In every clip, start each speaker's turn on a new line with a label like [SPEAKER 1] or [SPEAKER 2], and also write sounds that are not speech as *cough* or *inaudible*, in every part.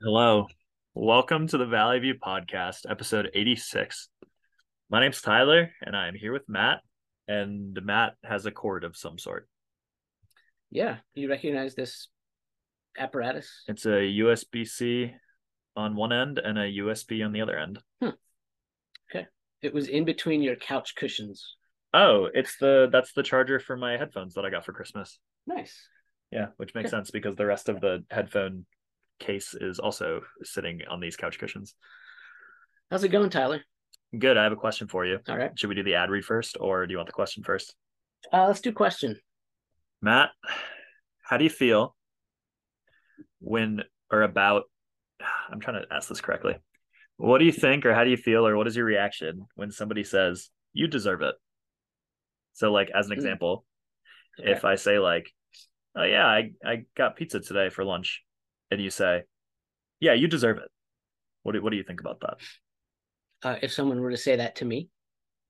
[SPEAKER 1] Hello. Welcome to the Valley View Podcast, episode 86. My name's Tyler, and I am here with Matt, and Matt has a cord of some sort.
[SPEAKER 2] Yeah, you recognize this apparatus?
[SPEAKER 1] It's a USB C on one end and a USB on the other end.
[SPEAKER 2] It was in between your couch cushions.
[SPEAKER 1] Oh, it's the that's the charger for my headphones that I got for Christmas.
[SPEAKER 2] Nice.
[SPEAKER 1] Yeah, which makes sense because the rest of the headphone case is also sitting on these couch cushions.
[SPEAKER 2] How's it going, Tyler?
[SPEAKER 1] Good. I have a question for you.
[SPEAKER 2] All right.
[SPEAKER 1] Should we do the ad read first, or do you want the question first?
[SPEAKER 2] Uh, let's do question.
[SPEAKER 1] Matt, how do you feel when or about? *sighs* I'm trying to ask this correctly. What do you think, or how do you feel, or what is your reaction when somebody says, you deserve it? So, like, as an
[SPEAKER 2] Mm.
[SPEAKER 1] example,
[SPEAKER 2] Okay.
[SPEAKER 1] if I say, like, oh, yeah, I, I got pizza today for lunch, and you say, yeah, you deserve it. What do, what do you think about that?
[SPEAKER 2] uh, if someone were to say that to me,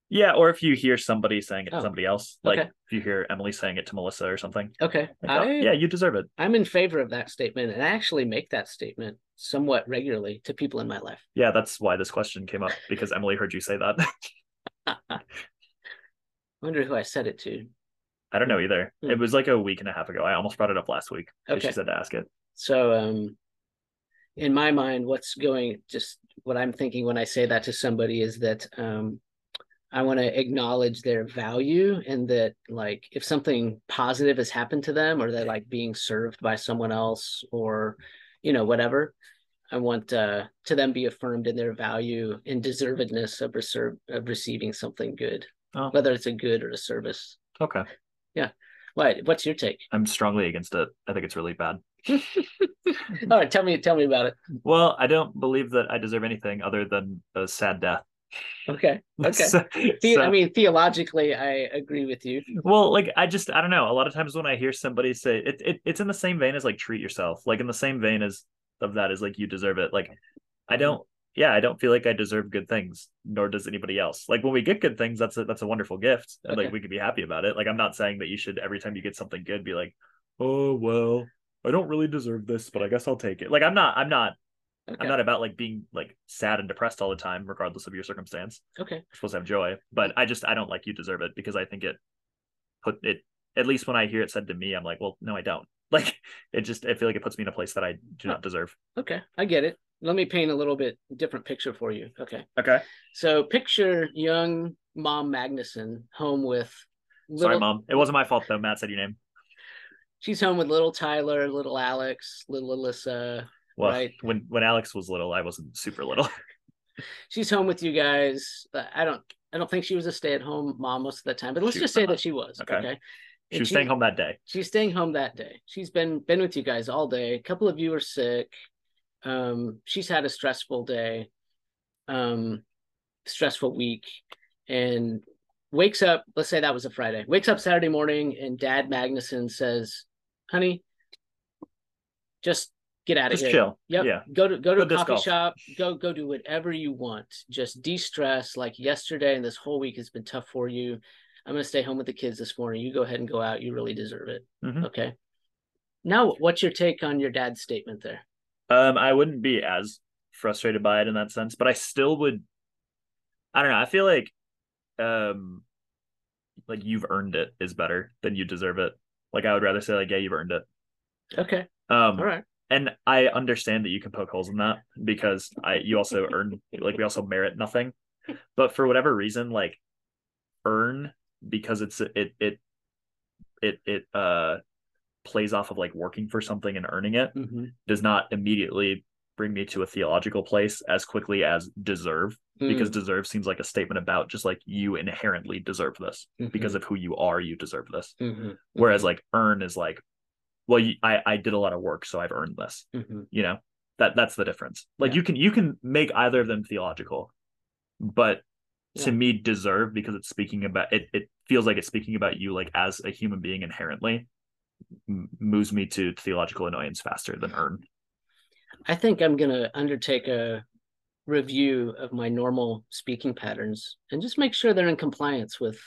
[SPEAKER 1] Yeah, or if you hear somebody saying it to
[SPEAKER 2] Oh,
[SPEAKER 1] somebody else, like
[SPEAKER 2] okay.
[SPEAKER 1] if you hear Emily saying it to Melissa or something,
[SPEAKER 2] okay,
[SPEAKER 1] like,
[SPEAKER 2] I,
[SPEAKER 1] oh, yeah, you deserve it.
[SPEAKER 2] I'm in favor of that statement, and I actually make that statement somewhat regularly to people in my life.
[SPEAKER 1] Yeah, that's why this question came up because Emily heard you say that. *laughs*
[SPEAKER 2] wonder who I said it to.
[SPEAKER 1] I don't know either.
[SPEAKER 2] Hmm.
[SPEAKER 1] It was like a week and a half ago. I almost brought it up last week. 'cause
[SPEAKER 2] Okay.
[SPEAKER 1] She said to ask it.
[SPEAKER 2] So, um, in my mind, what's going just what I'm thinking when I say that to somebody is that um, I want to acknowledge their value and that, like, if something positive has happened to them or they're like being served by someone else or, you know, whatever, I want uh, to them be affirmed in their value and deservedness of, reserve, of receiving something good,
[SPEAKER 1] Oh,
[SPEAKER 2] whether it's a good or a service.
[SPEAKER 1] okay.
[SPEAKER 2] What? What's your take?
[SPEAKER 1] I'm strongly against it. I think it's really bad.
[SPEAKER 2] All right, tell me, tell me about it.
[SPEAKER 1] Well, I don't believe that I deserve anything other than a sad death. *laughs*
[SPEAKER 2] Okay, okay.
[SPEAKER 1] So-
[SPEAKER 2] The,
[SPEAKER 1] so-
[SPEAKER 2] I mean, theologically, I agree with you.
[SPEAKER 1] well like i just i don't know a lot of times when i hear somebody say it, it it's in the same vein as like treat yourself like in the same vein as of that is like you deserve it like i
[SPEAKER 2] Mm-hmm.
[SPEAKER 1] don't yeah i don't feel like i deserve good things nor does anybody else like when we get good things that's a that's a wonderful gift and like
[SPEAKER 2] Okay.
[SPEAKER 1] we can be happy about it like i'm not saying that you should every time you get something good be like oh well i don't really deserve this but i guess i'll take it like i'm not i'm not
[SPEAKER 2] Okay.
[SPEAKER 1] i'm not about like being like sad and depressed all the time regardless of your circumstance
[SPEAKER 2] okay.
[SPEAKER 1] we're supposed to have joy but i just i don't like you deserve it because i think it put it at least when i hear it said to me i'm like well no i don't *laughs* like it just i feel like it puts me in a place that i do not deserve
[SPEAKER 2] Okay. I get it. Let me paint a little bit different picture for you. Okay.
[SPEAKER 1] okay
[SPEAKER 2] So picture young mom Magnuson home with little
[SPEAKER 1] sorry mom it wasn't my fault though matt said your name
[SPEAKER 2] she's home with little Tyler, little Alex, little Alyssa.
[SPEAKER 1] well
[SPEAKER 2] Right.
[SPEAKER 1] when when alex was little i wasn't super little *laughs*
[SPEAKER 2] She's home with you guys. Uh, I don't I don't think she was a stay-at-home mom most of the time, but let's
[SPEAKER 1] She was
[SPEAKER 2] just say
[SPEAKER 1] not.
[SPEAKER 2] that she was.
[SPEAKER 1] Okay.
[SPEAKER 2] Okay.
[SPEAKER 1] she
[SPEAKER 2] And
[SPEAKER 1] was staying home that day
[SPEAKER 2] she's staying home that day she's been been with you guys all day a couple of you are sick um she's had a stressful day um stressful week and wakes up let's say that was a friday wakes up saturday morning and dad magnuson says honey just get out of
[SPEAKER 1] just
[SPEAKER 2] here
[SPEAKER 1] chill
[SPEAKER 2] Yep.
[SPEAKER 1] yeah
[SPEAKER 2] Go to go to
[SPEAKER 1] Go
[SPEAKER 2] a
[SPEAKER 1] disc
[SPEAKER 2] coffee
[SPEAKER 1] golf.
[SPEAKER 2] shop. Go go do whatever you want. Just de-stress. Like yesterday and this whole week has been tough for you. I'm gonna stay home with the kids this morning. You go ahead and go out. You really deserve it.
[SPEAKER 1] Mhm.
[SPEAKER 2] Okay. Now, what's your take on your dad's statement there?
[SPEAKER 1] um i wouldn't be as frustrated by it in that sense but i still would i don't know i feel like um like you've earned it is better than you deserve it like i would rather say like yeah you've earned it
[SPEAKER 2] Okay.
[SPEAKER 1] um
[SPEAKER 2] All right.
[SPEAKER 1] and I understand that you can poke holes in that because I you also earn like we also merit nothing, but for whatever reason, like earn because it's it it it it uh plays off of like working for something and earning it
[SPEAKER 2] Mhm.
[SPEAKER 1] does not immediately bring me to a theological place as quickly as deserve
[SPEAKER 2] Mm.
[SPEAKER 1] because deserve seems like a statement about just like you inherently deserve this
[SPEAKER 2] Mm,
[SPEAKER 1] because of who you are you deserve this
[SPEAKER 2] mhm, mhm,
[SPEAKER 1] whereas like earn is like well you, I I did a lot of work so I've earned this
[SPEAKER 2] mhm.
[SPEAKER 1] you know that that's the difference like
[SPEAKER 2] Yeah.
[SPEAKER 1] you can you can make either of them theological but to
[SPEAKER 2] Yeah.
[SPEAKER 1] me deserve because it's speaking about it it feels like it's speaking about you like as a human being inherently m- moves me to theological annoyance faster than earn
[SPEAKER 2] I think I'm gonna undertake a review of my normal speaking patterns and just make sure they're in compliance with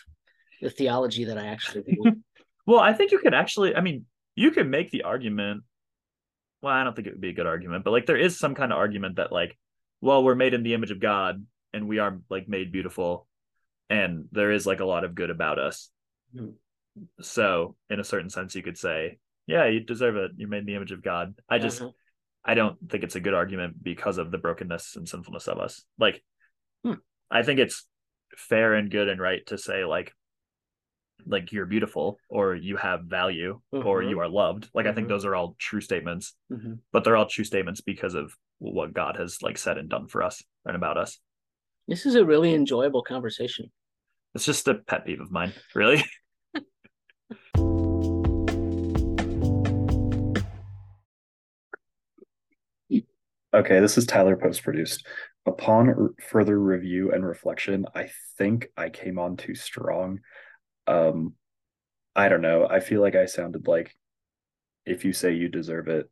[SPEAKER 2] the theology that
[SPEAKER 1] *laughs*
[SPEAKER 2] I actually believe.
[SPEAKER 1] well i think you could actually i mean you could make the argument well, I don't think it would be a good argument, but like there is some kind of argument that like, well, we're made in the image of God and we are like made beautiful, and there is like a lot of good about us.
[SPEAKER 2] Hmm.
[SPEAKER 1] So in a certain sense, you could say, yeah, you deserve it. You're made in the image of God. I just
[SPEAKER 2] Uh-huh.
[SPEAKER 1] I don't think it's a good argument because of the brokenness and sinfulness of us. Like,
[SPEAKER 2] Hmm.
[SPEAKER 1] I think it's fair and good and right to say like, like you're beautiful or you have value or
[SPEAKER 2] Mhm.
[SPEAKER 1] you are loved. Like, I think
[SPEAKER 2] Mhm.
[SPEAKER 1] those are all true statements,
[SPEAKER 2] Mhm.
[SPEAKER 1] but they're all true statements because of what God has like said and done for us and about us.
[SPEAKER 2] This is a really enjoyable conversation.
[SPEAKER 1] It's just a pet peeve of mine, really. *laughs*
[SPEAKER 3] Okay, this is Tyler Post produced. Upon r- further review and reflection, I think I came on too strong. Um, I don't know. I feel like I sounded like if you say you deserve it,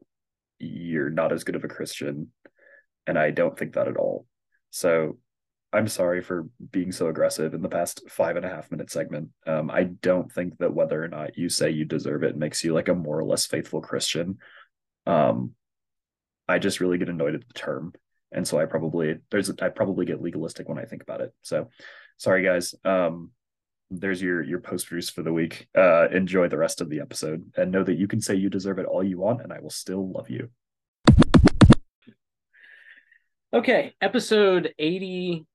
[SPEAKER 3] you're not as good of a Christian. And I don't think that at all. So I'm sorry for being so aggressive in the past five and a half minute segment. Um, I don't think that whether or not you say you deserve it makes you like a more or less faithful Christian. Um, I just really get annoyed at the term. And so I probably there's I probably get legalistic when I think about it. So sorry guys. Um there's your your post produced for the week. Uh enjoy the rest of the episode and know that you can say you deserve it all you want and I will still love you.
[SPEAKER 2] Okay, episode 80.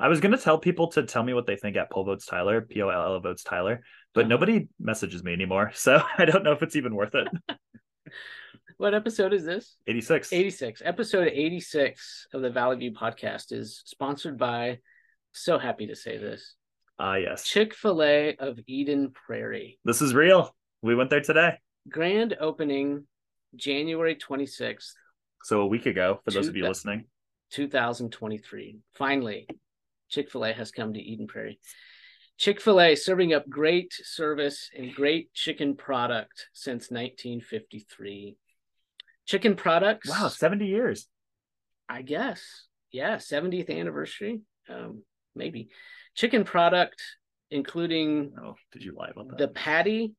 [SPEAKER 1] I was gonna tell people to tell me what they think at poll votes Tyler, P O L L votes Tyler, but
[SPEAKER 2] Uh-huh.
[SPEAKER 1] nobody messages me anymore, *laughs* so I don't know if it's even worth
[SPEAKER 2] *laughs*
[SPEAKER 1] it.
[SPEAKER 2] What episode is this?
[SPEAKER 1] Eighty six.
[SPEAKER 2] 86. Episode 86 of the Valley View podcast is sponsored by, so happy to say this,
[SPEAKER 1] Ah, yes.
[SPEAKER 2] Chick fil A of Eden Prairie.
[SPEAKER 1] This is real. We went there today.
[SPEAKER 2] Grand opening January 26th,
[SPEAKER 1] So a week ago, for those
[SPEAKER 2] Two
[SPEAKER 1] of you
[SPEAKER 2] thou-
[SPEAKER 1] listening,
[SPEAKER 2] 2023. Finally, Chick fil A has come to Eden Prairie. Chick fil A serving up great service and great chicken product since 1953. Chicken products.
[SPEAKER 1] wow, 70 years.
[SPEAKER 2] I guess. Yeah, 70th anniversary. Um, maybe. Chicken product, including
[SPEAKER 1] Oh, did you lie about that?
[SPEAKER 2] the patty,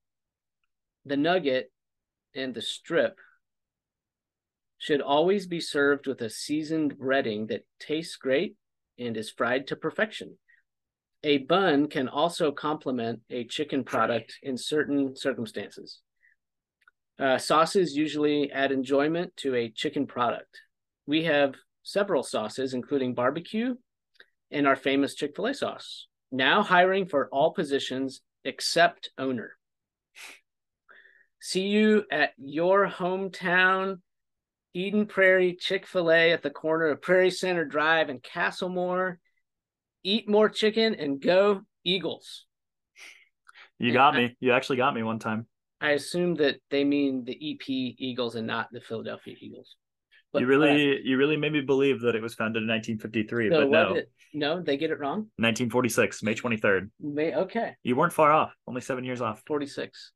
[SPEAKER 2] the nugget, and the strip, should always be served with a seasoned breading that tastes great and is fried to perfection. A bun can also complement a chicken product in certain circumstances. Uh, sauces usually add enjoyment to a chicken product. We have several sauces, including barbecue and our famous Chick fil A sauce, now hiring for all positions except owner. See you at your hometown Eden Prairie Chick fil A at the corner of Prairie Center Drive and Castlemore. Eat more chicken and go Eagles.
[SPEAKER 1] you got me. You actually got me one time.
[SPEAKER 2] I assume that they mean the EP Eagles and not the Philadelphia Eagles. But- uh,
[SPEAKER 1] you really, you really made me believe that it was founded in 1953,
[SPEAKER 2] So
[SPEAKER 1] but
[SPEAKER 2] what
[SPEAKER 1] no,
[SPEAKER 2] did- no, they get it wrong.
[SPEAKER 1] 1946, May 23rd.
[SPEAKER 2] May, okay.
[SPEAKER 1] You weren't far off. Only seven years off.
[SPEAKER 2] 46.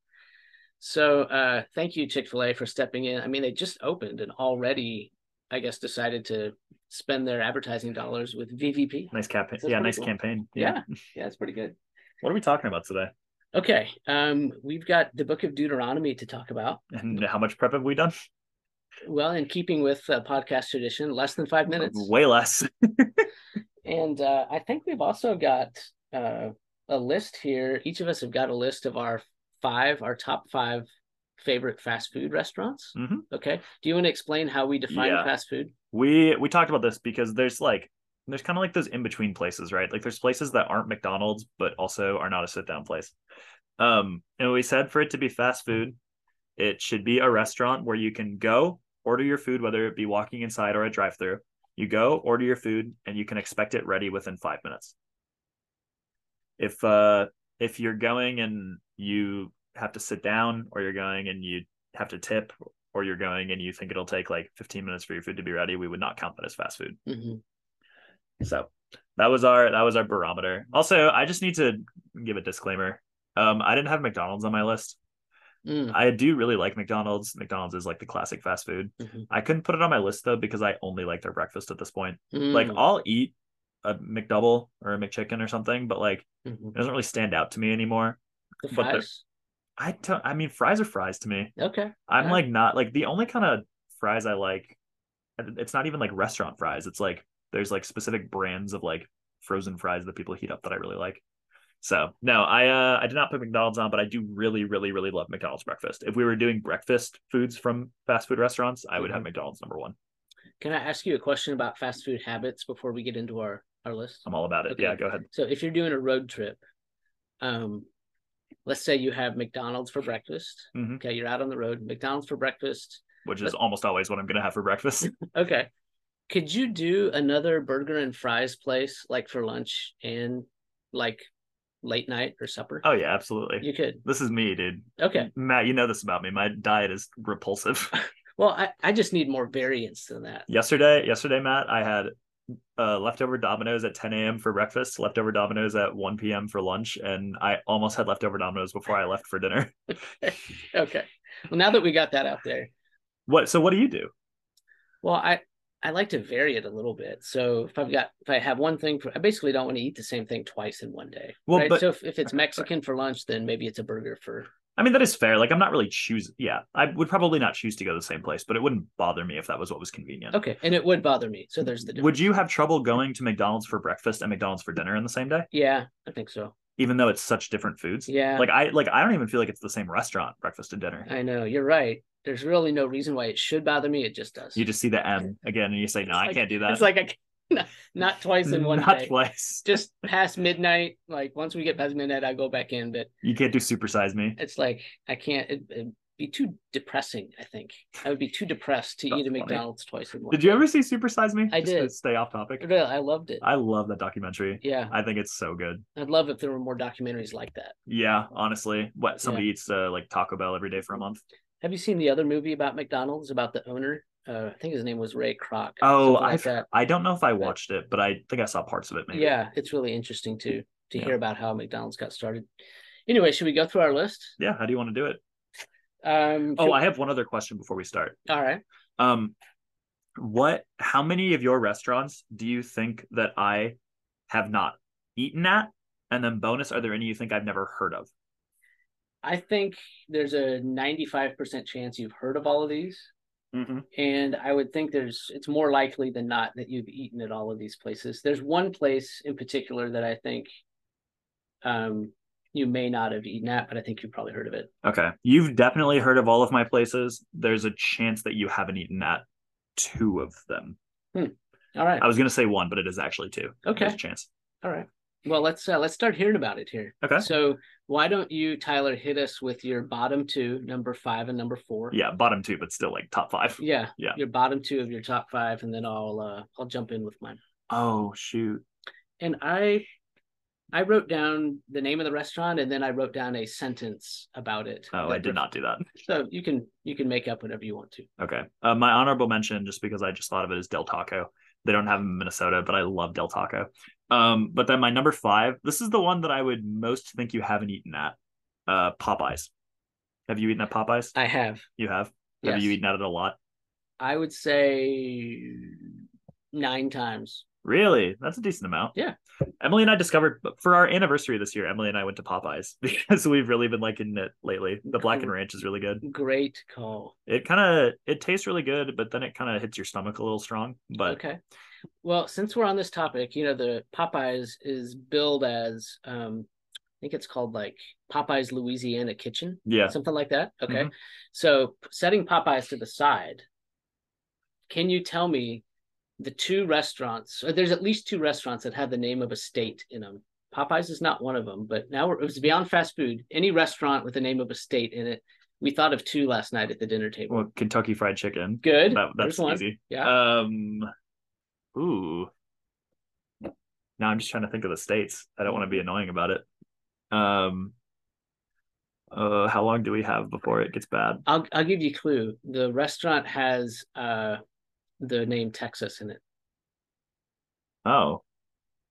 [SPEAKER 2] So uh thank you, Chick-fil-A, for stepping in. I mean, they just opened and already, I guess, decided to spend their advertising dollars with VVP.
[SPEAKER 1] Nice campaign.
[SPEAKER 2] That's
[SPEAKER 1] Yeah,
[SPEAKER 2] pretty
[SPEAKER 1] nice
[SPEAKER 2] cool.
[SPEAKER 1] campaign.
[SPEAKER 2] Yeah, yeah, it's pretty good.
[SPEAKER 1] What are we talking about today?
[SPEAKER 2] Okay. Um, we've got the book of Deuteronomy to talk about.
[SPEAKER 1] And how much prep have we done?
[SPEAKER 2] Well, in keeping with uh, podcast tradition, less than five minutes.
[SPEAKER 1] Way less. *laughs*
[SPEAKER 2] And uh, I think we've also got uh, a list here. Each of us have got a list of our five, our top five favorite fast food restaurants.
[SPEAKER 1] Mhm.
[SPEAKER 2] Okay. Do you want to explain how we define
[SPEAKER 1] Yeah.
[SPEAKER 2] fast food?
[SPEAKER 1] we we talked about this because there's like there's kind of like those in between places right like there's places that aren't mcdonald's but also are not a sit down place um and we said for it to be fast food it should be a restaurant where you can go order your food whether it be walking inside or a drive through you go order your food and you can expect it ready within five minutes if uh if you're going and you have to sit down or you're going and you have to tip or you're going and you think it'll take like 15 minutes for your food to be ready, we would not count that as fast food.
[SPEAKER 2] hmm Mm-hmm.
[SPEAKER 1] So that was our that was our barometer. Also, I just need to give a disclaimer. Um, I didn't have McDonald's on my list.
[SPEAKER 2] Mm,
[SPEAKER 1] I do really like McDonald's. McDonald's is like the classic fast food.
[SPEAKER 2] Mhm.
[SPEAKER 1] I couldn't put it on my list though because I only like their breakfast at this point.
[SPEAKER 2] mm,
[SPEAKER 1] Like I'll eat a McDouble or a McChicken or something, but like it doesn't really stand out to me anymore.
[SPEAKER 2] the
[SPEAKER 1] but the-
[SPEAKER 2] mm-hmm. fries.
[SPEAKER 1] I don't. I mean, fries are fries to me.
[SPEAKER 2] Okay.
[SPEAKER 1] I'm
[SPEAKER 2] Yeah.
[SPEAKER 1] like not like the only kind of fries I like. and It's not even like restaurant fries. It's like there's like specific brands of like frozen fries that people heat up that I really like. So no, I uh, I did not put McDonald's on, but I do really, really, really love McDonald's breakfast. If we were doing breakfast foods from fast food restaurants, I would
[SPEAKER 2] Mm-hmm.
[SPEAKER 1] have McDonald's number one.
[SPEAKER 2] Can I ask you a question about fast food habits before we get into our our list?
[SPEAKER 1] I'm all about it.
[SPEAKER 2] Okay.
[SPEAKER 1] Yeah, go ahead.
[SPEAKER 2] So if you're doing a road trip, um, let's say you have McDonald's for breakfast.
[SPEAKER 1] Mhm.
[SPEAKER 2] Okay, you're out on the road, McDonald's for breakfast.
[SPEAKER 1] Which is almost always what I'm gonna have for breakfast.
[SPEAKER 2] *laughs* Okay. Could you do another burger and fries place like for lunch and like late night or supper?
[SPEAKER 1] Oh yeah, absolutely.
[SPEAKER 2] You could.
[SPEAKER 1] This is me, dude.
[SPEAKER 2] Okay.
[SPEAKER 1] Matt, you know this about me. My diet is repulsive.
[SPEAKER 2] Well, I, I just need more variance than that.
[SPEAKER 1] yesterday, yesterday, Matt, I had uh, leftover Dominoes at 10 a.m. for breakfast, leftover Dominoes at 1 p.m. for lunch, and I almost had leftover Dominoes before I left for dinner. *laughs*
[SPEAKER 2] Okay. Well, now that we got that out there,
[SPEAKER 1] What? So what do you do?
[SPEAKER 2] Well, I I like to vary it a little bit. So if I've got if I have one thing for, I basically don't want to eat the same thing twice in one day.
[SPEAKER 1] Well,
[SPEAKER 2] right?
[SPEAKER 1] but-
[SPEAKER 2] so if, if it's Mexican for lunch, then maybe it's a burger for.
[SPEAKER 1] I mean, that is fair. Like, I'm not really choosing. Yeah, I would probably not choose to go to the same place, but it wouldn't bother me if that was what was convenient.
[SPEAKER 2] Okay, and it would bother me. So there's the difference.
[SPEAKER 1] Would you have trouble going to McDonald's for breakfast and McDonald's for dinner in the same day,
[SPEAKER 2] Yeah, I think so.
[SPEAKER 1] even though it's such different foods?
[SPEAKER 2] Yeah,
[SPEAKER 1] Like I like I don't even feel like it's the same restaurant, breakfast and dinner.
[SPEAKER 2] I know you're right. There's really no reason why it should bother me. It just does.
[SPEAKER 1] You just see the M again, and you say, "No,
[SPEAKER 2] It's
[SPEAKER 1] I
[SPEAKER 2] like-
[SPEAKER 1] can't do that."
[SPEAKER 2] It's like I can't, *laughs* not twice in one
[SPEAKER 1] Not
[SPEAKER 2] day.
[SPEAKER 1] twice.
[SPEAKER 2] Just past midnight. Like once we get past midnight, I go back in. But
[SPEAKER 1] You can't do supersize me.
[SPEAKER 2] it's like I can't. It, it'd be too depressing. I think I would be too depressed to
[SPEAKER 1] That's
[SPEAKER 2] eat a
[SPEAKER 1] funny.
[SPEAKER 2] McDonald's twice in one.
[SPEAKER 1] Did you
[SPEAKER 2] day.
[SPEAKER 1] ever see Supersize Me?
[SPEAKER 2] I
[SPEAKER 1] Just to
[SPEAKER 2] did.
[SPEAKER 1] stay off topic.
[SPEAKER 2] Really, I loved it.
[SPEAKER 1] I love that documentary.
[SPEAKER 2] yeah,
[SPEAKER 1] I think it's so good.
[SPEAKER 2] I'd love if there were more documentaries like that.
[SPEAKER 1] Yeah, honestly, what somebody eats uh, like Taco Bell every day for a month.
[SPEAKER 2] Have you seen the other movie about McDonald's about the owner? Uh, I think his name was Ray Kroc. or
[SPEAKER 1] Oh,
[SPEAKER 2] something like
[SPEAKER 1] I've-
[SPEAKER 2] that.
[SPEAKER 1] I don't know if I watched it, but I think I saw parts of it. Maybe.
[SPEAKER 2] yeah, it's really interesting too to
[SPEAKER 1] Yeah.
[SPEAKER 2] hear about how McDonald's got started. Anyway, should we go through our list?
[SPEAKER 1] Yeah. How do you want to do it?
[SPEAKER 2] Um,
[SPEAKER 1] Oh,
[SPEAKER 2] should-
[SPEAKER 1] I have one other question before we start.
[SPEAKER 2] all right.
[SPEAKER 1] Um, what? How many of your restaurants do you think that I have not eaten at? And then bonus, are there any you think I've never heard of?
[SPEAKER 2] I think there's a 95% chance you've heard of all of these.
[SPEAKER 1] Mm-hmm.
[SPEAKER 2] and I would think there's it's more likely than not that you've eaten at all of these places. There's one place in particular that I think um you may not have eaten at, but I think you've probably heard of it.
[SPEAKER 1] Okay. You've definitely heard of all of my places. There's a chance that you haven't eaten at two of them.
[SPEAKER 2] All right.
[SPEAKER 1] I was going to say one, but it is actually two. There's
[SPEAKER 2] Okay.
[SPEAKER 1] a chance.
[SPEAKER 2] All right. Well, let's uh, let's start hearing about it here.
[SPEAKER 1] Okay.
[SPEAKER 2] So, why don't you, Tyler, hit us with your bottom two, number five and number four?
[SPEAKER 1] Yeah, bottom two, but still like top five.
[SPEAKER 2] Yeah.
[SPEAKER 1] Yeah.
[SPEAKER 2] Your bottom two of your top five, and then I'll uh, I'll jump in with mine.
[SPEAKER 1] Oh, shoot.
[SPEAKER 2] and i i wrote down the name of the restaurant and then i wrote down a sentence about it
[SPEAKER 1] Oh,
[SPEAKER 2] that
[SPEAKER 1] I did
[SPEAKER 2] ref-
[SPEAKER 1] not do that.
[SPEAKER 2] so you can you can make up whatever you want to
[SPEAKER 1] Okay. Uh, my honorable mention, just because I just thought of it, is Del Taco. They don't have them in Minnesota, but I love Del Taco. Um, but then my number five, this is the one that I would most think you haven't eaten at uh, Popeyes. Have you eaten at Popeyes?
[SPEAKER 2] i have
[SPEAKER 1] You have?
[SPEAKER 2] yes.
[SPEAKER 1] Have you eaten at it a lot?
[SPEAKER 2] i would say nine times
[SPEAKER 1] Really? That's a decent amount.
[SPEAKER 2] Yeah.
[SPEAKER 1] Emily and I discovered for our anniversary this year, Emily and I went to Popeyes *laughs* because we've really been liking it lately. The black and
[SPEAKER 2] Cool.
[SPEAKER 1] ranch is really good.
[SPEAKER 2] great call
[SPEAKER 1] It kind of it tastes really good, but then it kind of hits your stomach a little strong. But
[SPEAKER 2] okay well since we're on this topic you know the popeyes is billed as um i think it's called like popeyes louisiana kitchen
[SPEAKER 1] yeah.
[SPEAKER 2] something like that. Okay.
[SPEAKER 1] Mhm.
[SPEAKER 2] So setting Popeyes to the side, can you tell me the two restaurants? Or there's at least two restaurants that have the name of a state in them. Popeyes is not one of them, but now we're, it was beyond fast food. Any restaurant with the name of a state in it, we thought of two last night at the dinner table.
[SPEAKER 1] Well, Kentucky Fried Chicken.
[SPEAKER 2] Good.
[SPEAKER 1] That, that's
[SPEAKER 2] There's one.
[SPEAKER 1] easy.
[SPEAKER 2] Yeah.
[SPEAKER 1] Um ooh. Now I'm just trying to think of the states. I don't want to be annoying about it. Um uh how long do we have before it gets bad?
[SPEAKER 2] I'll I'll give you a clue. The restaurant has uh the name Texas in it.
[SPEAKER 1] Oh.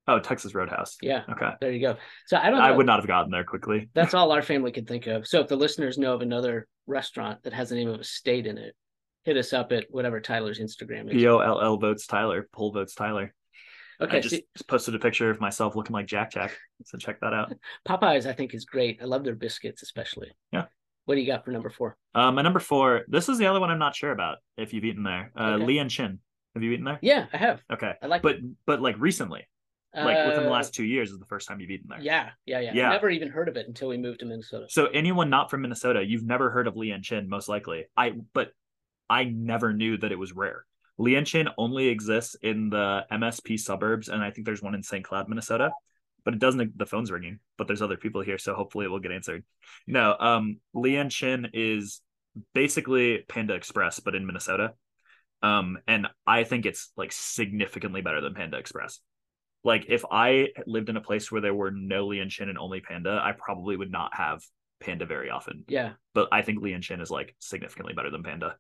[SPEAKER 1] Oh, Texas Roadhouse.
[SPEAKER 2] Yeah.
[SPEAKER 1] Okay.
[SPEAKER 2] There you go. So I don't know.
[SPEAKER 1] I would not have gotten there quickly.
[SPEAKER 2] That's all our family could think of. So if the listeners know of another restaurant that has the name of a state in it, hit us up at whatever Tyler's Instagram is.
[SPEAKER 1] P O L L votes Tyler. Poll votes Tyler.
[SPEAKER 2] Okay,
[SPEAKER 1] I just
[SPEAKER 2] see,
[SPEAKER 1] posted a picture of myself looking like Jack Jack. So check that out. *laughs*
[SPEAKER 2] Popeyes I think is great. I love their biscuits especially.
[SPEAKER 1] Yeah.
[SPEAKER 2] What do you got for number four?
[SPEAKER 1] Uh, my number four. This is the other one I'm not sure about if you've eaten there. Uh,
[SPEAKER 2] Okay.
[SPEAKER 1] Lee and Chin. Have you eaten there?
[SPEAKER 2] Yeah, I have.
[SPEAKER 1] Okay,
[SPEAKER 2] I like.
[SPEAKER 1] but but like recently,
[SPEAKER 2] it.
[SPEAKER 1] like within the
[SPEAKER 2] Uh,
[SPEAKER 1] last two years, is the first time you've eaten there.
[SPEAKER 2] Yeah, yeah, yeah.
[SPEAKER 1] Yeah.
[SPEAKER 2] I never even heard of it until we moved to Minnesota.
[SPEAKER 1] So anyone not from Minnesota, you've never heard of Lian Chin, most likely. I but I never knew that it was rare. Lian Chin only exists in the MSP suburbs, and I think there's one in St. Cloud, Minnesota. But it doesn't. The phone's ringing, but there's other people here, so hopefully it will get answered. No, um, Lian Chin is basically Panda Express, but in Minnesota. Um, and I think it's like significantly better than Panda Express like if I lived in a place where there were no Lian Chin and only Panda, I probably would not have Panda very often.
[SPEAKER 2] Yeah,
[SPEAKER 1] But I think Lian Chin is like significantly better than Panda.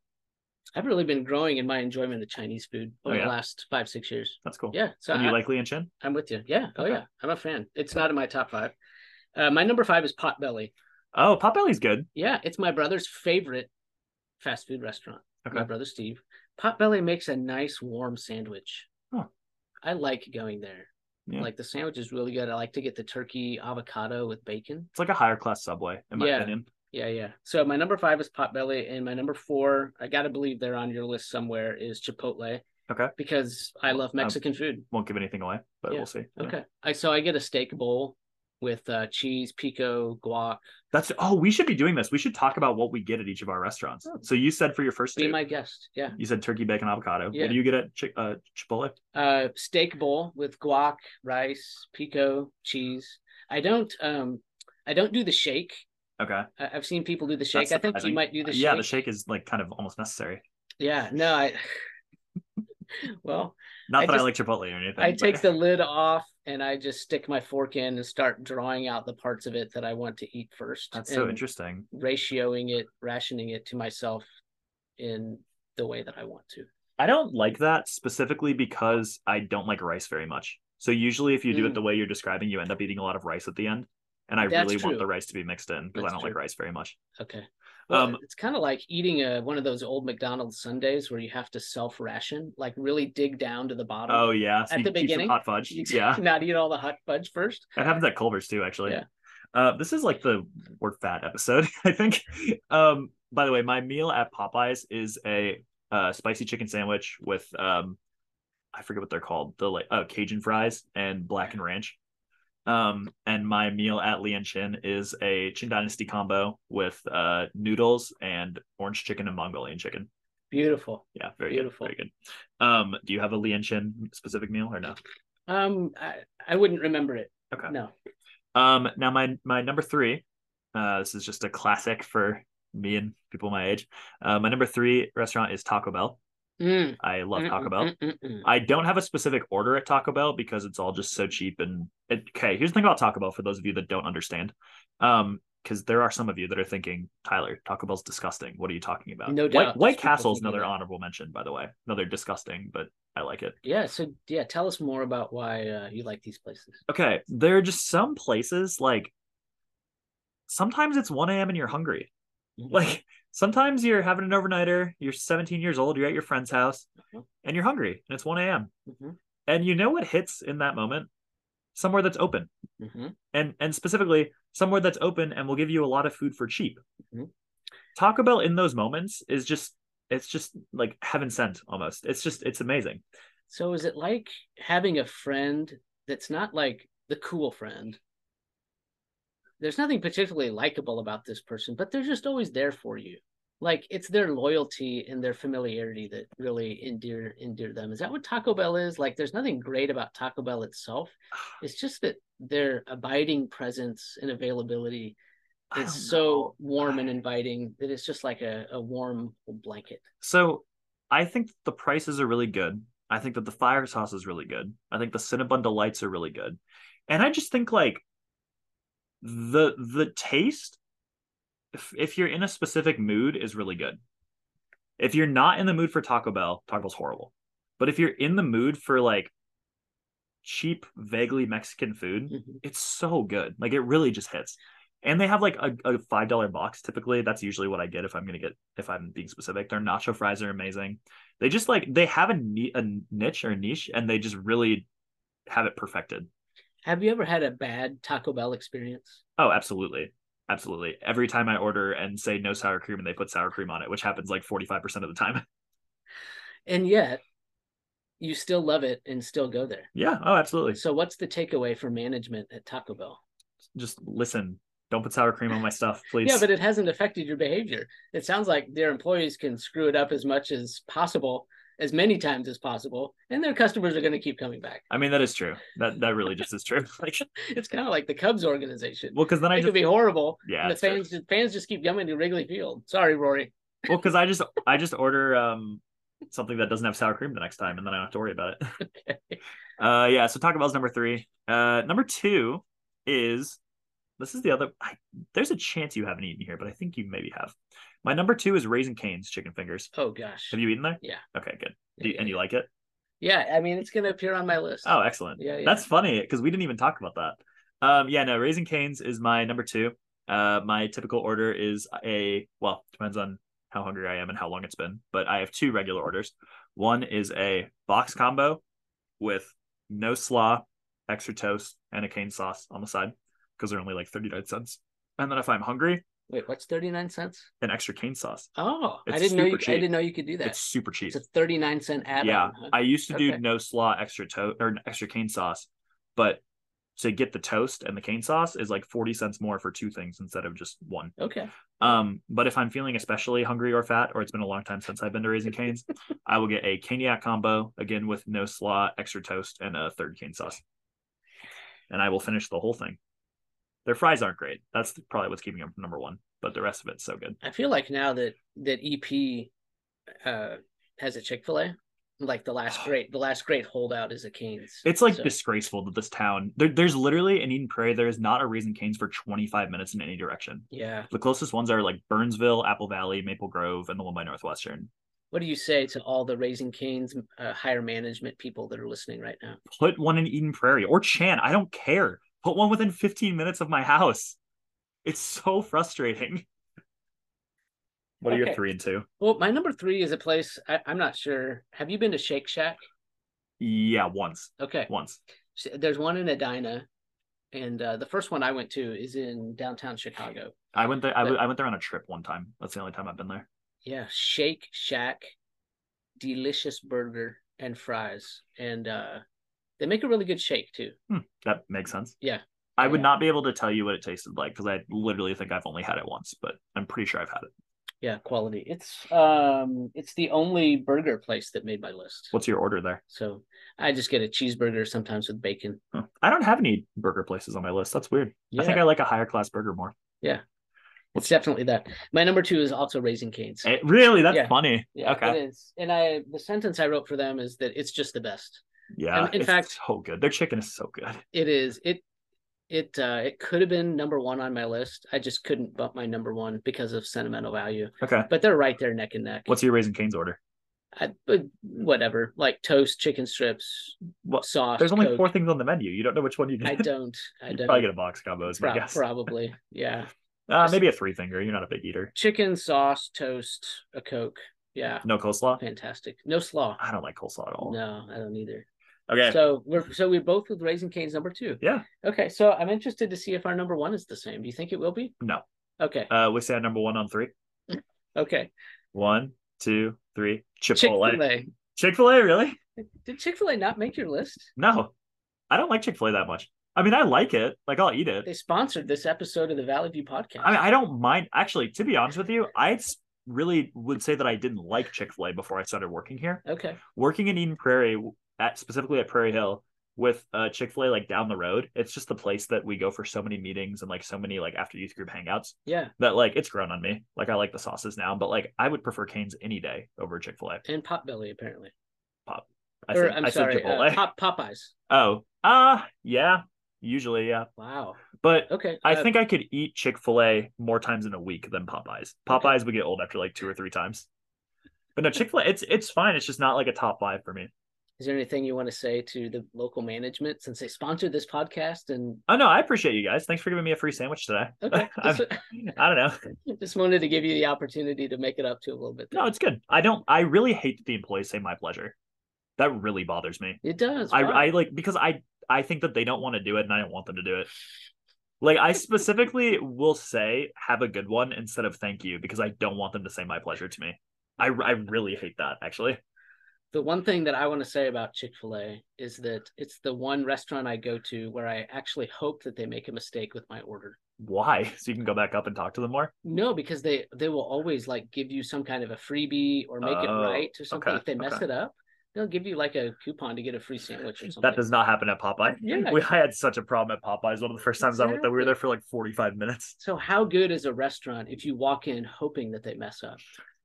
[SPEAKER 2] I've really been growing in my enjoyment of Chinese food
[SPEAKER 1] Oh,
[SPEAKER 2] over
[SPEAKER 1] yeah?
[SPEAKER 2] the last five, six years.
[SPEAKER 1] That's cool.
[SPEAKER 2] Yeah, so
[SPEAKER 1] And you
[SPEAKER 2] I,
[SPEAKER 1] like Lian Chin?
[SPEAKER 2] I'm with you. Yeah, oh
[SPEAKER 1] Okay.
[SPEAKER 2] yeah, I'm a fan. It's not in my top five. Uh, my number five is Potbelly.
[SPEAKER 1] Oh, Potbelly's good.
[SPEAKER 2] Yeah, it's my brother's favorite fast food restaurant. My
[SPEAKER 1] Okay.
[SPEAKER 2] brother Steve. Potbelly makes a nice warm sandwich.
[SPEAKER 1] Huh.
[SPEAKER 2] I like going there.
[SPEAKER 1] Yeah.
[SPEAKER 2] Like the sandwich is really good. I like to get the turkey avocado with bacon.
[SPEAKER 1] It's like a higher class Subway, in my
[SPEAKER 2] Yeah.
[SPEAKER 1] opinion.
[SPEAKER 2] Yeah, yeah. So my number five is Potbelly, and my number four, I gotta believe they're on your list somewhere, is Chipotle.
[SPEAKER 1] Okay.
[SPEAKER 2] Because I love
[SPEAKER 1] Um,
[SPEAKER 2] Mexican food.
[SPEAKER 1] Won't give anything away, but
[SPEAKER 2] Yeah.
[SPEAKER 1] we'll see. Yeah.
[SPEAKER 2] Okay. I so I get a steak bowl with uh, cheese, pico, guac.
[SPEAKER 1] That's oh, we should be doing this. We should talk about what we get at each of our restaurants.
[SPEAKER 2] Oh.
[SPEAKER 1] So you said for your first
[SPEAKER 2] Be
[SPEAKER 1] two,
[SPEAKER 2] my guest. Yeah.
[SPEAKER 1] you said turkey bacon avocado.
[SPEAKER 2] Yeah.
[SPEAKER 1] What do you get at Chi- uh, Chipotle?
[SPEAKER 2] Uh, steak bowl with guac, rice, pico, cheese. I don't um I don't do the shake.
[SPEAKER 1] Okay.
[SPEAKER 2] I- I've seen people do the shake. I think you
[SPEAKER 1] surprising.
[SPEAKER 2] might do the shake.
[SPEAKER 1] yeah, the shake is like kind of almost necessary.
[SPEAKER 2] Yeah, no, I *laughs* well,
[SPEAKER 1] Not
[SPEAKER 2] I
[SPEAKER 1] that I
[SPEAKER 2] just-
[SPEAKER 1] like Chipotle or anything.
[SPEAKER 2] I
[SPEAKER 1] but- *laughs*
[SPEAKER 2] take the lid off and I just stick my fork in and start drawing out the parts of it that I want to eat first.
[SPEAKER 1] That's so
[SPEAKER 2] and
[SPEAKER 1] interesting.
[SPEAKER 2] Ratioing it, rationing it to myself in the way that I want to.
[SPEAKER 1] I don't like that specifically because I don't like rice very much. So usually, if you do
[SPEAKER 2] Mm.
[SPEAKER 1] it the way you're describing, you end up eating a lot of rice at the end, and I
[SPEAKER 2] That's
[SPEAKER 1] really
[SPEAKER 2] true.
[SPEAKER 1] want the rice to be mixed in because I
[SPEAKER 2] That's
[SPEAKER 1] don't like
[SPEAKER 2] true.
[SPEAKER 1] rice very much.
[SPEAKER 2] Okay. Well,
[SPEAKER 1] Um,
[SPEAKER 2] it's kind of like eating a one of those old McDonald's Sundays where you have to self ration, like really dig down to the bottom.
[SPEAKER 1] Oh yeah, so
[SPEAKER 2] Um,
[SPEAKER 1] you
[SPEAKER 2] At the
[SPEAKER 1] keep some
[SPEAKER 2] beginning,
[SPEAKER 1] hot fudge.
[SPEAKER 2] *laughs*
[SPEAKER 1] *laughs*
[SPEAKER 2] You
[SPEAKER 1] Yeah,
[SPEAKER 2] *laughs* Not eat all the hot fudge first.
[SPEAKER 1] it happens at Culver's too, actually.
[SPEAKER 2] Yeah.
[SPEAKER 1] Uh, this is like the word fat episode, *laughs* I think. Um, by the way, my meal at Popeyes is a uh, spicy chicken sandwich with um, I forget what they're called, the like oh, Cajun fries and black and ranch. Um, and my meal at Lian Chin is a Chin Dynasty combo with uh noodles and orange chicken and Mongolian chicken.
[SPEAKER 2] Beautiful.
[SPEAKER 1] Yeah, very
[SPEAKER 2] Beautiful.
[SPEAKER 1] good, very good. Um, do you have a Lian Chin specific meal or no?
[SPEAKER 2] Um, I, I wouldn't remember it.
[SPEAKER 1] Okay.
[SPEAKER 2] No.
[SPEAKER 1] Um, now my my number three, uh, this is just a classic for me and people my age. Uh, my number three restaurant is Taco Bell.
[SPEAKER 2] Mm,
[SPEAKER 1] I love Taco
[SPEAKER 2] mm,
[SPEAKER 1] Bell.
[SPEAKER 2] mm, mm, mm, mm.
[SPEAKER 1] I don't have a specific order at Taco Bell because it's all just so cheap. And it, okay, here's the thing about Taco Bell for those of you that don't understand, um, because there are some of you that are thinking, Tyler, Taco Bell's disgusting. What are you talking about?
[SPEAKER 2] No
[SPEAKER 1] White,
[SPEAKER 2] doubt,
[SPEAKER 1] White
[SPEAKER 2] there's people
[SPEAKER 1] Castle is
[SPEAKER 2] thinking
[SPEAKER 1] another
[SPEAKER 2] that.
[SPEAKER 1] honorable mention, by the way. Another disgusting, but I like it.
[SPEAKER 2] Yeah. So yeah, tell us more about why uh, you like these places.
[SPEAKER 1] Okay, there are just some places like sometimes it's 1 a.m. and you're hungry.
[SPEAKER 2] Mm-hmm.
[SPEAKER 1] Like sometimes you're having an overnighter, you're 17 years old, you're at your friend's house,
[SPEAKER 2] Mhm.
[SPEAKER 1] and you're hungry, and it's 1 a.m.
[SPEAKER 2] Mhm,
[SPEAKER 1] And you know what hits in that moment? Somewhere that's open.
[SPEAKER 2] mhm.
[SPEAKER 1] and and specifically somewhere that's open and will give you a lot of food for cheap.
[SPEAKER 2] Mhm.
[SPEAKER 1] Taco Bell in those moments is just it's just like heaven sent almost. It's just it's amazing.
[SPEAKER 2] So is it like having a friend that's not like the cool friend? There's nothing particularly likable about this person, but they're just always there for you. Like it's their loyalty and their familiarity that really endear endear them. Is that what Taco Bell is? Like there's nothing great about Taco Bell
[SPEAKER 1] *sighs*
[SPEAKER 2] itself. It's just that their abiding presence and availability
[SPEAKER 1] I
[SPEAKER 2] is
[SPEAKER 1] don't
[SPEAKER 2] so
[SPEAKER 1] know.
[SPEAKER 2] warm and inviting that it's just like a, a warm blanket.
[SPEAKER 1] so I think the prices are really good. I think that the fire sauce is really good. I think the Cinnabon delights are really good. And I just think like the the taste if if you're in a specific mood is really good. If you're not in the mood for Taco Bell, Taco Bell's horrible. But if you're in the mood for like cheap, vaguely Mexican food,
[SPEAKER 2] Mhm.
[SPEAKER 1] it's so good. Like it really just hits. And they have like a, a five dollar box typically. That's usually what I get if I'm gonna get if I'm being specific. Their nacho fries are amazing. They just like they have a, ni- a niche or niche, and they just really have it perfected.
[SPEAKER 2] Have you ever had a bad Taco Bell experience?
[SPEAKER 1] Oh, absolutely. Absolutely. Every time I order and say no sour cream and they put sour cream on it, which happens like 45% of the time. *laughs*
[SPEAKER 2] And yet you still love it and still go there.
[SPEAKER 1] Yeah. Oh, absolutely.
[SPEAKER 2] So what's the takeaway for management at Taco Bell?
[SPEAKER 1] Just listen. Don't put sour cream on my stuff, please.
[SPEAKER 2] *laughs* Yeah, but it hasn't affected your behavior. It sounds like their employees can screw it up as much as possible, as many times as possible, and their customers are going to keep coming back.
[SPEAKER 1] I mean, that is true. That that really just is true. *laughs* Like,
[SPEAKER 2] *laughs* It's kind of like the Cubs organization.
[SPEAKER 1] well, because then
[SPEAKER 2] It
[SPEAKER 1] I
[SPEAKER 2] could
[SPEAKER 1] just
[SPEAKER 2] be horrible.
[SPEAKER 1] yeah,
[SPEAKER 2] and the
[SPEAKER 1] it's true.
[SPEAKER 2] fans just, fans just keep coming to Wrigley Field. Sorry, Rory.
[SPEAKER 1] well, because I just I just order um something that doesn't have sour cream the next time, and then I don't have to worry about
[SPEAKER 2] *laughs*
[SPEAKER 1] it. Uh, yeah. So Taco Bell's number three. Uh, number two is this is the other. I, there's a chance you haven't eaten here, but I think you maybe have. My number two is Raising Cane's chicken fingers.
[SPEAKER 2] Oh gosh.
[SPEAKER 1] Have you eaten there?
[SPEAKER 2] Yeah.
[SPEAKER 1] Okay, good. Do you, and you like it?
[SPEAKER 2] Yeah, I mean it's going to appear on my list.
[SPEAKER 1] Oh, excellent.
[SPEAKER 2] yeah, yeah.
[SPEAKER 1] That's funny because we didn't even talk about that. Um, yeah, no, Raising Cane's is my number two. Uh, my typical order is a well, depends on how hungry I am and how long it's been, but I have two regular orders. One is a box combo with no slaw, extra toast, and a cane sauce on the side because they're only like 39 cents. And then if I'm hungry,
[SPEAKER 2] Wait, what's 39 cents?
[SPEAKER 1] an extra cane sauce.
[SPEAKER 2] Oh, I
[SPEAKER 1] It's
[SPEAKER 2] didn't know
[SPEAKER 1] super
[SPEAKER 2] you I
[SPEAKER 1] cheap.
[SPEAKER 2] didn't know you could do that.
[SPEAKER 1] It's super cheap.
[SPEAKER 2] It's a 39 cent add-on.
[SPEAKER 1] yeah,
[SPEAKER 2] huh?
[SPEAKER 1] I used to do
[SPEAKER 2] Okay.
[SPEAKER 1] no slaw, extra toast, or extra cane sauce, but to get the toast and the cane sauce is like forty cents more for two things instead of just one.
[SPEAKER 2] Okay.
[SPEAKER 1] Um, but if I'm feeling especially hungry or fat, or it's been a long time since I've been to Raising Canes, I will get a caniac combo again with no slaw, extra toast, and a third cane sauce, and I will finish the whole thing. Their fries aren't great. That's probably what's keeping them from number one, but the rest of it's so good.
[SPEAKER 2] I feel like now that that EP uh has a Chick-fil-A, like
[SPEAKER 1] *sighs*
[SPEAKER 2] the last great the last great holdout is a Canes.
[SPEAKER 1] It's like
[SPEAKER 2] So-
[SPEAKER 1] disgraceful that this town. There, there's literally in Eden Prairie, there is not a Raising Canes for 25 minutes in any direction.
[SPEAKER 2] Yeah.
[SPEAKER 1] The closest ones are like Burnsville, Apple Valley, Maple Grove, and the one by Northwestern.
[SPEAKER 2] What do you say to all the Raising Canes uh, higher management people that are listening right now?
[SPEAKER 1] Put one in Eden Prairie or Chan. I don't care. Put one within 15 minutes of my house. It's so frustrating. What are your
[SPEAKER 2] Okay.
[SPEAKER 1] three and two?
[SPEAKER 2] Well, my number three is a place I, I'm not sure. Have you been to Shake Shack?
[SPEAKER 1] Yeah, once,
[SPEAKER 2] Okay.
[SPEAKER 1] once.
[SPEAKER 2] S- There's one in Edina, and uh, the first one I went to is in downtown Chicago.
[SPEAKER 1] I went there. I, w-
[SPEAKER 2] But-
[SPEAKER 1] I went there on a trip one time. That's the only time I've been there.
[SPEAKER 2] Yeah, Shake Shack, delicious burger and fries, and uh, they make a really good shake too.
[SPEAKER 1] That makes sense.
[SPEAKER 2] Yeah.
[SPEAKER 1] I would
[SPEAKER 2] Yeah.
[SPEAKER 1] not be able to tell you what it tasted like because I literally think I've only had it once, but I'm pretty sure I've had it.
[SPEAKER 2] Yeah, quality. It's um, it's the only burger place that made my list.
[SPEAKER 1] What's your order there?
[SPEAKER 2] So I just get a cheeseburger sometimes with bacon.
[SPEAKER 1] Huh. I don't have any burger places on my list. That's weird. I think
[SPEAKER 2] Yeah.
[SPEAKER 1] I like a higher class burger more.
[SPEAKER 2] It's definitely that. My number two is also Raising Canes.
[SPEAKER 1] Eh, really? That's
[SPEAKER 2] Yeah.
[SPEAKER 1] funny.
[SPEAKER 2] Yeah,
[SPEAKER 1] okay.
[SPEAKER 2] it is. And I the sentence I wrote for them is that it's just the best.
[SPEAKER 1] Yeah.
[SPEAKER 2] And in
[SPEAKER 1] it's
[SPEAKER 2] fact-
[SPEAKER 1] so good. Their chicken is so good.
[SPEAKER 2] It is. It it uh it could have been number one on my list. I just couldn't bump my number one because of sentimental value.
[SPEAKER 1] Okay.
[SPEAKER 2] But they're right there neck and neck.
[SPEAKER 1] What's your Raising Canes order?
[SPEAKER 2] I, but whatever, like toast, chicken strips,
[SPEAKER 1] Well,
[SPEAKER 2] sauce.
[SPEAKER 1] There's only
[SPEAKER 2] Uh, Coke.
[SPEAKER 1] four things on the menu. You don't know which one you *laughs* get.
[SPEAKER 2] I don't. I
[SPEAKER 1] you
[SPEAKER 2] don't.
[SPEAKER 1] probably get a box combo, is my
[SPEAKER 2] Prob-
[SPEAKER 1] guess.
[SPEAKER 2] Probably, yeah.
[SPEAKER 1] Uh, maybe a three finger. You're not a big eater.
[SPEAKER 2] Chicken, sauce, toast, a coke. Yeah,
[SPEAKER 1] No coleslaw?
[SPEAKER 2] fantastic. No slaw.
[SPEAKER 1] I don't like coleslaw at all.
[SPEAKER 2] No, I don't either.
[SPEAKER 1] Okay.
[SPEAKER 2] So we're so we're both with Raising Cane's number two.
[SPEAKER 1] Yeah.
[SPEAKER 2] Okay, so I'm interested to see if our number one is the same. Do you think it will be?
[SPEAKER 1] No.
[SPEAKER 2] Okay.
[SPEAKER 1] uh, we say number one on three. Uh,
[SPEAKER 2] Okay.
[SPEAKER 1] One, two, three.
[SPEAKER 2] Chick
[SPEAKER 1] Chipotle.
[SPEAKER 2] Fil A.
[SPEAKER 1] Chick fil A, really?
[SPEAKER 2] Did Chick Fil A not make your list?
[SPEAKER 1] No, I don't like Chick fil A that much. I mean, I like it. Like, I'll eat it.
[SPEAKER 2] They sponsored this episode of the Valley View podcast.
[SPEAKER 1] I mean, I don't mind. Actually, to be honest with you, I s- really would say that I didn't like Chick fil A before I started working here.
[SPEAKER 2] okay.
[SPEAKER 1] Working in Eden Prairie, at specifically at Prairie Hill, with uh, Chick fil A like down the road, it's just the place that we go for so many meetings and like so many like after youth group hangouts
[SPEAKER 2] Yeah.
[SPEAKER 1] that like it's grown on me. Like, I like the sauces now, but like I would prefer Canes any day over Chick fil A.
[SPEAKER 2] And Potbelly apparently.
[SPEAKER 1] I
[SPEAKER 2] or
[SPEAKER 1] said,
[SPEAKER 2] I'm
[SPEAKER 1] I said
[SPEAKER 2] sorry,
[SPEAKER 1] Chick *laughs*
[SPEAKER 2] uh, Pop Popeyes.
[SPEAKER 1] oh, ah, yeah, usually, yeah.
[SPEAKER 2] Wow.
[SPEAKER 1] But
[SPEAKER 2] Okay.
[SPEAKER 1] I
[SPEAKER 2] uh,
[SPEAKER 1] think I could eat Chick fil A more times in a week than Popeyes.
[SPEAKER 2] Okay.
[SPEAKER 1] Popeyes would get old after like two or three times. But no, Chick fil A, it's it's fine. It's just not like a top five for me.
[SPEAKER 2] Is there anything you want to say to the local management since they sponsored this podcast? And
[SPEAKER 1] Oh no, I appreciate you guys. Thanks for giving me a free sandwich today.
[SPEAKER 2] okay,
[SPEAKER 1] *laughs* I'm-
[SPEAKER 2] just, *laughs*
[SPEAKER 1] I don't know.
[SPEAKER 2] just wanted to give you the opportunity to make it up to a little bit. there.
[SPEAKER 1] No, it's good. I don't I really hate that the employees say my pleasure. That really bothers me.
[SPEAKER 2] it does.
[SPEAKER 1] I
[SPEAKER 2] wow.
[SPEAKER 1] I like because I I think that they don't want to do it and I don't want them to do it. Like I specifically will say have a good one instead of thank you because I don't want them to say my pleasure to me. I I really hate that actually.
[SPEAKER 2] The one thing that I want to say about Chick fil A is that it's the one restaurant I go to where I actually hope that they make a mistake with my order.
[SPEAKER 1] Why? *laughs* So you can go back up and talk to them more.
[SPEAKER 2] No, because they they will always like give you some kind of a freebie or make it
[SPEAKER 1] Oh,
[SPEAKER 2] right or something.
[SPEAKER 1] okay,
[SPEAKER 2] If they mess
[SPEAKER 1] okay.
[SPEAKER 2] it up, they'll give you like a coupon to get a free sandwich or something.
[SPEAKER 1] That does not happen at Popeye.
[SPEAKER 2] Yeah.
[SPEAKER 1] We I had such a problem at Popeye's one of the first times I went there. We were there for like 45 minutes.
[SPEAKER 2] So how good is a restaurant if you walk in hoping that they mess up?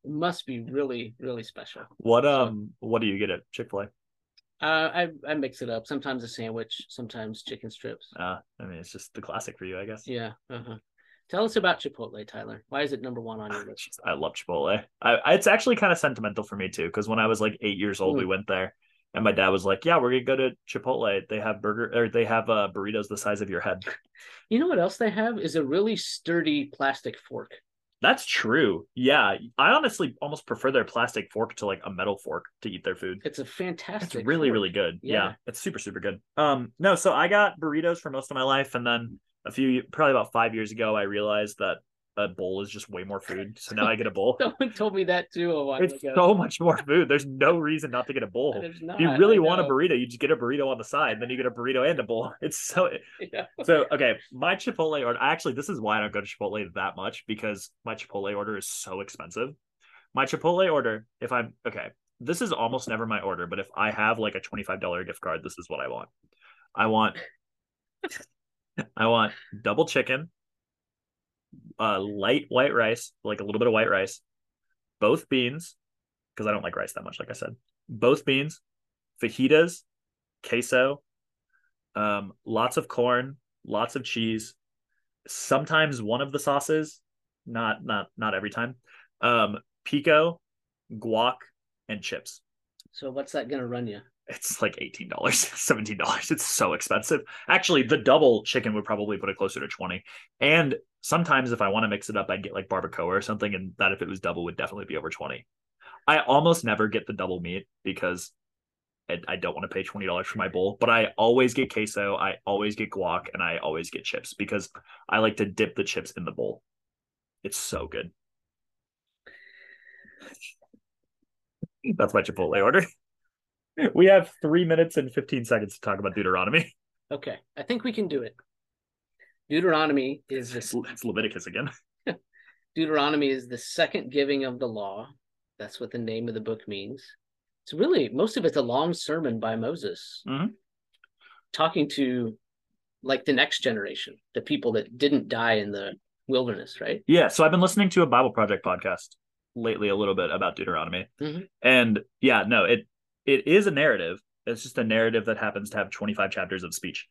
[SPEAKER 2] It must be really really special.
[SPEAKER 1] What um what do you get at Chick-fil-A?
[SPEAKER 2] Uh, I I mix it up. Sometimes a sandwich, sometimes chicken strips.
[SPEAKER 1] Uh, I mean it's just the classic for you, I *sighs* guess.
[SPEAKER 2] Yeah. Uh-huh. Tell us about Chipotle, Tyler. Why is it number one on your list?
[SPEAKER 1] Jeez, I love Chipotle. I, I- it's actually kind of sentimental for me too, because when I was like eight years old,
[SPEAKER 2] Mm.
[SPEAKER 1] we went there, and my dad was like, "Yeah, we're gonna go to Chipotle. They have burger or they have uh, burritos the size of your
[SPEAKER 2] *laughs*
[SPEAKER 1] head."
[SPEAKER 2] You know what else they have is a really sturdy plastic fork.
[SPEAKER 1] That's true. Yeah, I honestly almost prefer their plastic fork to like a metal fork to eat their food.
[SPEAKER 2] It's a
[SPEAKER 1] It's
[SPEAKER 2] fantastic.
[SPEAKER 1] really
[SPEAKER 2] fork.
[SPEAKER 1] really good. Yeah.
[SPEAKER 2] Yeah.
[SPEAKER 1] it's super super good. Um, no, so I got burritos for most of my life, and then a few probably about five years ago, I realized that a bowl is just way more food. So now I get a
[SPEAKER 2] *laughs*
[SPEAKER 1] bowl.
[SPEAKER 2] *laughs* Someone told me that too a while
[SPEAKER 1] It's
[SPEAKER 2] ago. *laughs*
[SPEAKER 1] so much more food. There's no reason not to get a bowl.
[SPEAKER 2] There's not,
[SPEAKER 1] If you really
[SPEAKER 2] I
[SPEAKER 1] want a
[SPEAKER 2] know.
[SPEAKER 1] burrito, you just get a burrito on the side, then you get a burrito and a bowl. *laughs* It's so
[SPEAKER 2] Yeah.
[SPEAKER 1] so okay. My Chipotle order actually, this is why I don't go to Chipotle that much because my Chipotle order is so expensive. My Chipotle order, if I'm okay, this is almost never my order, but if I have like a $25 gift card, this is what I want. I want *laughs* I want double chicken, uh light white rice, like a little bit of white rice, both beans, because I don't like rice that much, like I said. Both beans, fajitas, queso, um, lots of corn, lots of cheese, sometimes one of the sauces, not not not every time. Um, pico, guac, and chips.
[SPEAKER 2] So what's that gonna run you?
[SPEAKER 1] It's like eighteen dollars, *laughs* seventeen dollars. It's so expensive. Actually, the double chicken would probably put it closer to twenty. And sometimes, if I want to mix it up, I'd get like barbacoa or something, and that if it was double would definitely be over twenty. I almost never get the double meat because I, I don't want to pay twenty dollars for my bowl. But I always get queso, I always get guac, and I always get chips because I like to dip the chips in the bowl. It's so good. That's my Chipotle order. We have three minutes and 15 seconds to talk about Deuteronomy.
[SPEAKER 2] Okay, I think we can do it. Deuteronomy is
[SPEAKER 1] It's,
[SPEAKER 2] this
[SPEAKER 1] it's Leviticus again.
[SPEAKER 2] Deuteronomy is the second giving of the law. That's what the name of the book means. It's really most of it's a long sermon by Moses
[SPEAKER 1] Mhm.
[SPEAKER 2] talking to like the next generation, the people that didn't die in the wilderness, right?
[SPEAKER 1] Yeah. So I've been listening to a Bible Project podcast lately a little bit about Deuteronomy.
[SPEAKER 2] Mhm.
[SPEAKER 1] And yeah, no, it it is a narrative. It's just a narrative that happens to have 25 chapters of speech.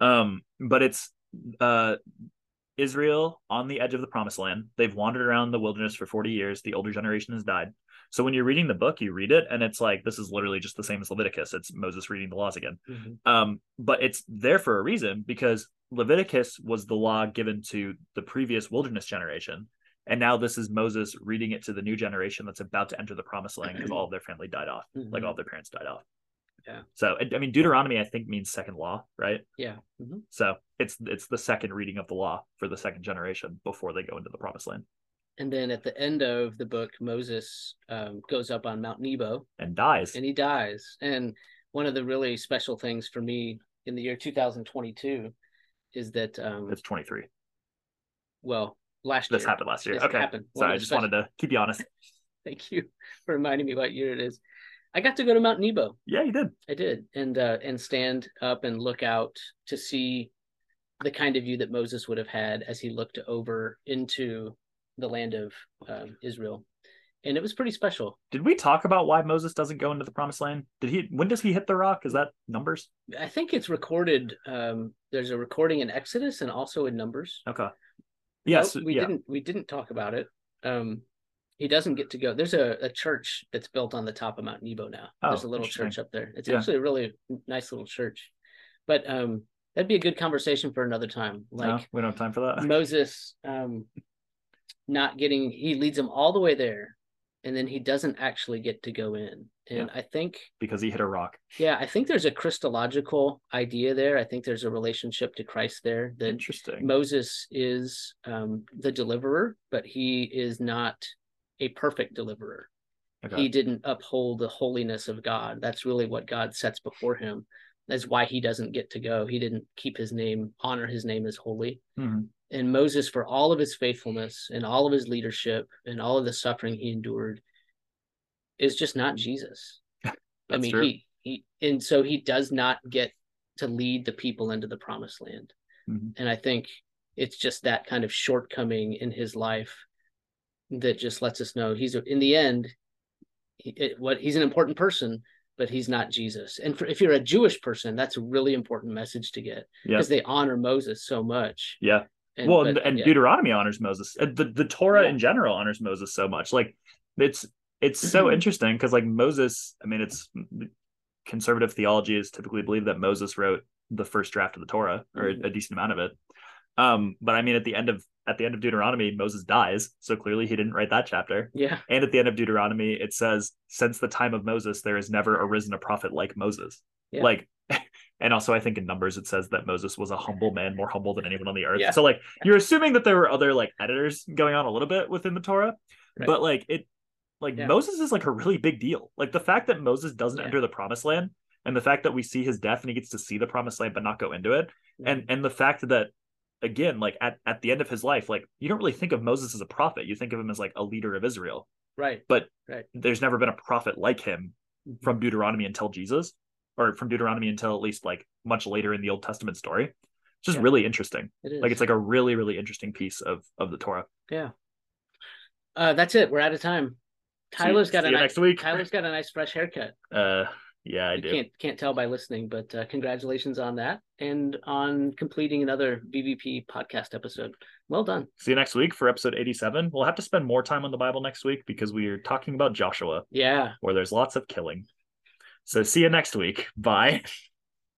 [SPEAKER 1] Um, but it's uh Israel on the edge of the promised land. They've wandered around the wilderness for 40 years. The older generation has died. So when you're reading the book, you read it and it's like this is literally just the same as Leviticus. It's Moses reading the laws again. um but it's there for a reason because leviticus was the law given to the previous wilderness generation and now this is moses reading it to the new generation that's about to enter the promised land because all of their family died off
[SPEAKER 2] Mm-hmm.
[SPEAKER 1] like uh, all of their parents died off
[SPEAKER 2] Yeah.
[SPEAKER 1] so i I mean deuteronomy i think means second law right
[SPEAKER 2] yeah. Mhm.
[SPEAKER 1] so it's it's the second reading of the law for the second generation before they go into the promised land
[SPEAKER 2] And then at the end of the book, Moses um, goes up on Mount Nebo
[SPEAKER 1] and dies
[SPEAKER 2] and he dies. And one of the really special things for me in the year 2022 is that, um,
[SPEAKER 1] it's 23
[SPEAKER 2] well, last
[SPEAKER 1] this
[SPEAKER 2] year
[SPEAKER 1] happened last year
[SPEAKER 2] this
[SPEAKER 1] okay
[SPEAKER 2] happened. One
[SPEAKER 1] sorry
[SPEAKER 2] of
[SPEAKER 1] i
[SPEAKER 2] the
[SPEAKER 1] just
[SPEAKER 2] special-
[SPEAKER 1] wanted to keep you honest
[SPEAKER 2] Thank you for reminding me what year it is. I got to go to Mount Nebo.
[SPEAKER 1] yeah you did
[SPEAKER 2] I did, and uh, and stand up and look out to see the kind of view that Moses would have had as he looked over into the land of um, Israel, and it was pretty special.
[SPEAKER 1] Did we talk about why Moses doesn't go into the promised land? Did he when does he hit the rock? Is that numbers?
[SPEAKER 2] I think it's recorded. Um, there's a recording in Exodus and also in Numbers.
[SPEAKER 1] Okay. Yes,
[SPEAKER 2] Nope, we
[SPEAKER 1] yeah.
[SPEAKER 2] didn't we didn't talk about it um he doesn't get to go there's a, a church that's built on the top of mount nebo now
[SPEAKER 1] Oh,
[SPEAKER 2] there's a little
[SPEAKER 1] interesting.
[SPEAKER 2] church up there it's
[SPEAKER 1] Yeah.
[SPEAKER 2] actually a really nice little church but um that'd be a good conversation for another time
[SPEAKER 1] No,
[SPEAKER 2] like
[SPEAKER 1] we don't have *laughs*
[SPEAKER 2] *laughs*
[SPEAKER 1] time for that.
[SPEAKER 2] moses um not getting he leads them all the way there and then he doesn't actually get to go in. And I think
[SPEAKER 1] because he hit a rock.
[SPEAKER 2] yeah, I think there's a Christological idea there. I think there's a relationship to Christ there that
[SPEAKER 1] Interesting.
[SPEAKER 2] Moses is um, the deliverer, but he is not a perfect deliverer.
[SPEAKER 1] Okay.
[SPEAKER 2] He didn't uphold the holiness of God. That's really what God sets before him. That's why he doesn't get to go. He didn't keep his name, honor his name as holy.
[SPEAKER 1] Mhm.
[SPEAKER 2] And Moses, for all of his faithfulness and all of his leadership and all of the suffering he endured, is just not Jesus. I
[SPEAKER 1] *laughs* That's
[SPEAKER 2] mean,
[SPEAKER 1] true.
[SPEAKER 2] he, he, and so he does not get to lead the people into the promised land.
[SPEAKER 1] Mhm.
[SPEAKER 2] And I think it's just that kind of shortcoming in his life that just lets us know he's in the end, he, it, what he's an important person, but he's not Jesus. And for, if you're a Jewish person, that's a really important message to get
[SPEAKER 1] Yeah.
[SPEAKER 2] because they honor Moses so much.
[SPEAKER 1] Yeah. well, and,
[SPEAKER 2] but-
[SPEAKER 1] and
[SPEAKER 2] yeah.
[SPEAKER 1] Deuteronomy honors Moses. Uh, The the Torah
[SPEAKER 2] Yeah.
[SPEAKER 1] in general honors Moses so much. Like it's it's so
[SPEAKER 2] Mm-hmm.
[SPEAKER 1] interesting because like Moses, I mean, it's conservative theology is typically believed that Moses wrote the first draft of the Torah or
[SPEAKER 2] Mm-hmm.
[SPEAKER 1] a decent amount of it. Um, but I mean, at the end of at the end of Deuteronomy, Moses dies, so clearly he didn't write that chapter.
[SPEAKER 2] yeah,
[SPEAKER 1] And at the end of Deuteronomy, it says, "Since the time of Moses, there has never arisen a prophet like Moses."
[SPEAKER 2] Yeah.
[SPEAKER 1] Like, *laughs* and also I think in Numbers it says that Moses was a humble man, more humble than anyone on the earth.
[SPEAKER 2] Yeah.
[SPEAKER 1] So like, you're assuming that there were other like editors going on a little bit within the Torah,
[SPEAKER 2] Right.
[SPEAKER 1] but like it, like
[SPEAKER 2] Yeah.
[SPEAKER 1] Moses is like a really big deal. Like the fact that Moses doesn't
[SPEAKER 2] Yeah.
[SPEAKER 1] enter the Promised Land, and the fact that we see his death and he gets to see the Promised Land but not go into it, and and the fact that again like at, at the end of his life like you don't really think of moses as a prophet you think of him as like a leader of israel
[SPEAKER 2] right.
[SPEAKER 1] there's never been a prophet like him
[SPEAKER 2] Mm-hmm.
[SPEAKER 1] from Deuteronomy until Jesus, or from Deuteronomy until at least like much later in the Old Testament story. It's just
[SPEAKER 2] Yeah.
[SPEAKER 1] really interesting.
[SPEAKER 2] It is.
[SPEAKER 1] Like it's like a really, really interesting piece of of the Torah.
[SPEAKER 2] uh, that's it. We're out of time.
[SPEAKER 1] See you-
[SPEAKER 2] Tyler's got
[SPEAKER 1] see
[SPEAKER 2] a
[SPEAKER 1] you
[SPEAKER 2] nice,
[SPEAKER 1] next week.
[SPEAKER 2] Tyler's got a nice fresh haircut.
[SPEAKER 1] Uh, yeah, I
[SPEAKER 2] you
[SPEAKER 1] do.
[SPEAKER 2] can't can't tell by listening, but uh, congratulations on that and on completing another BVP podcast episode. Well done.
[SPEAKER 1] See you next week for episode 87. We'll have to spend more time on the Bible next week because we are talking about Joshua,
[SPEAKER 2] Yeah.
[SPEAKER 1] where there's lots of killing. So see you next week. Bye. *laughs*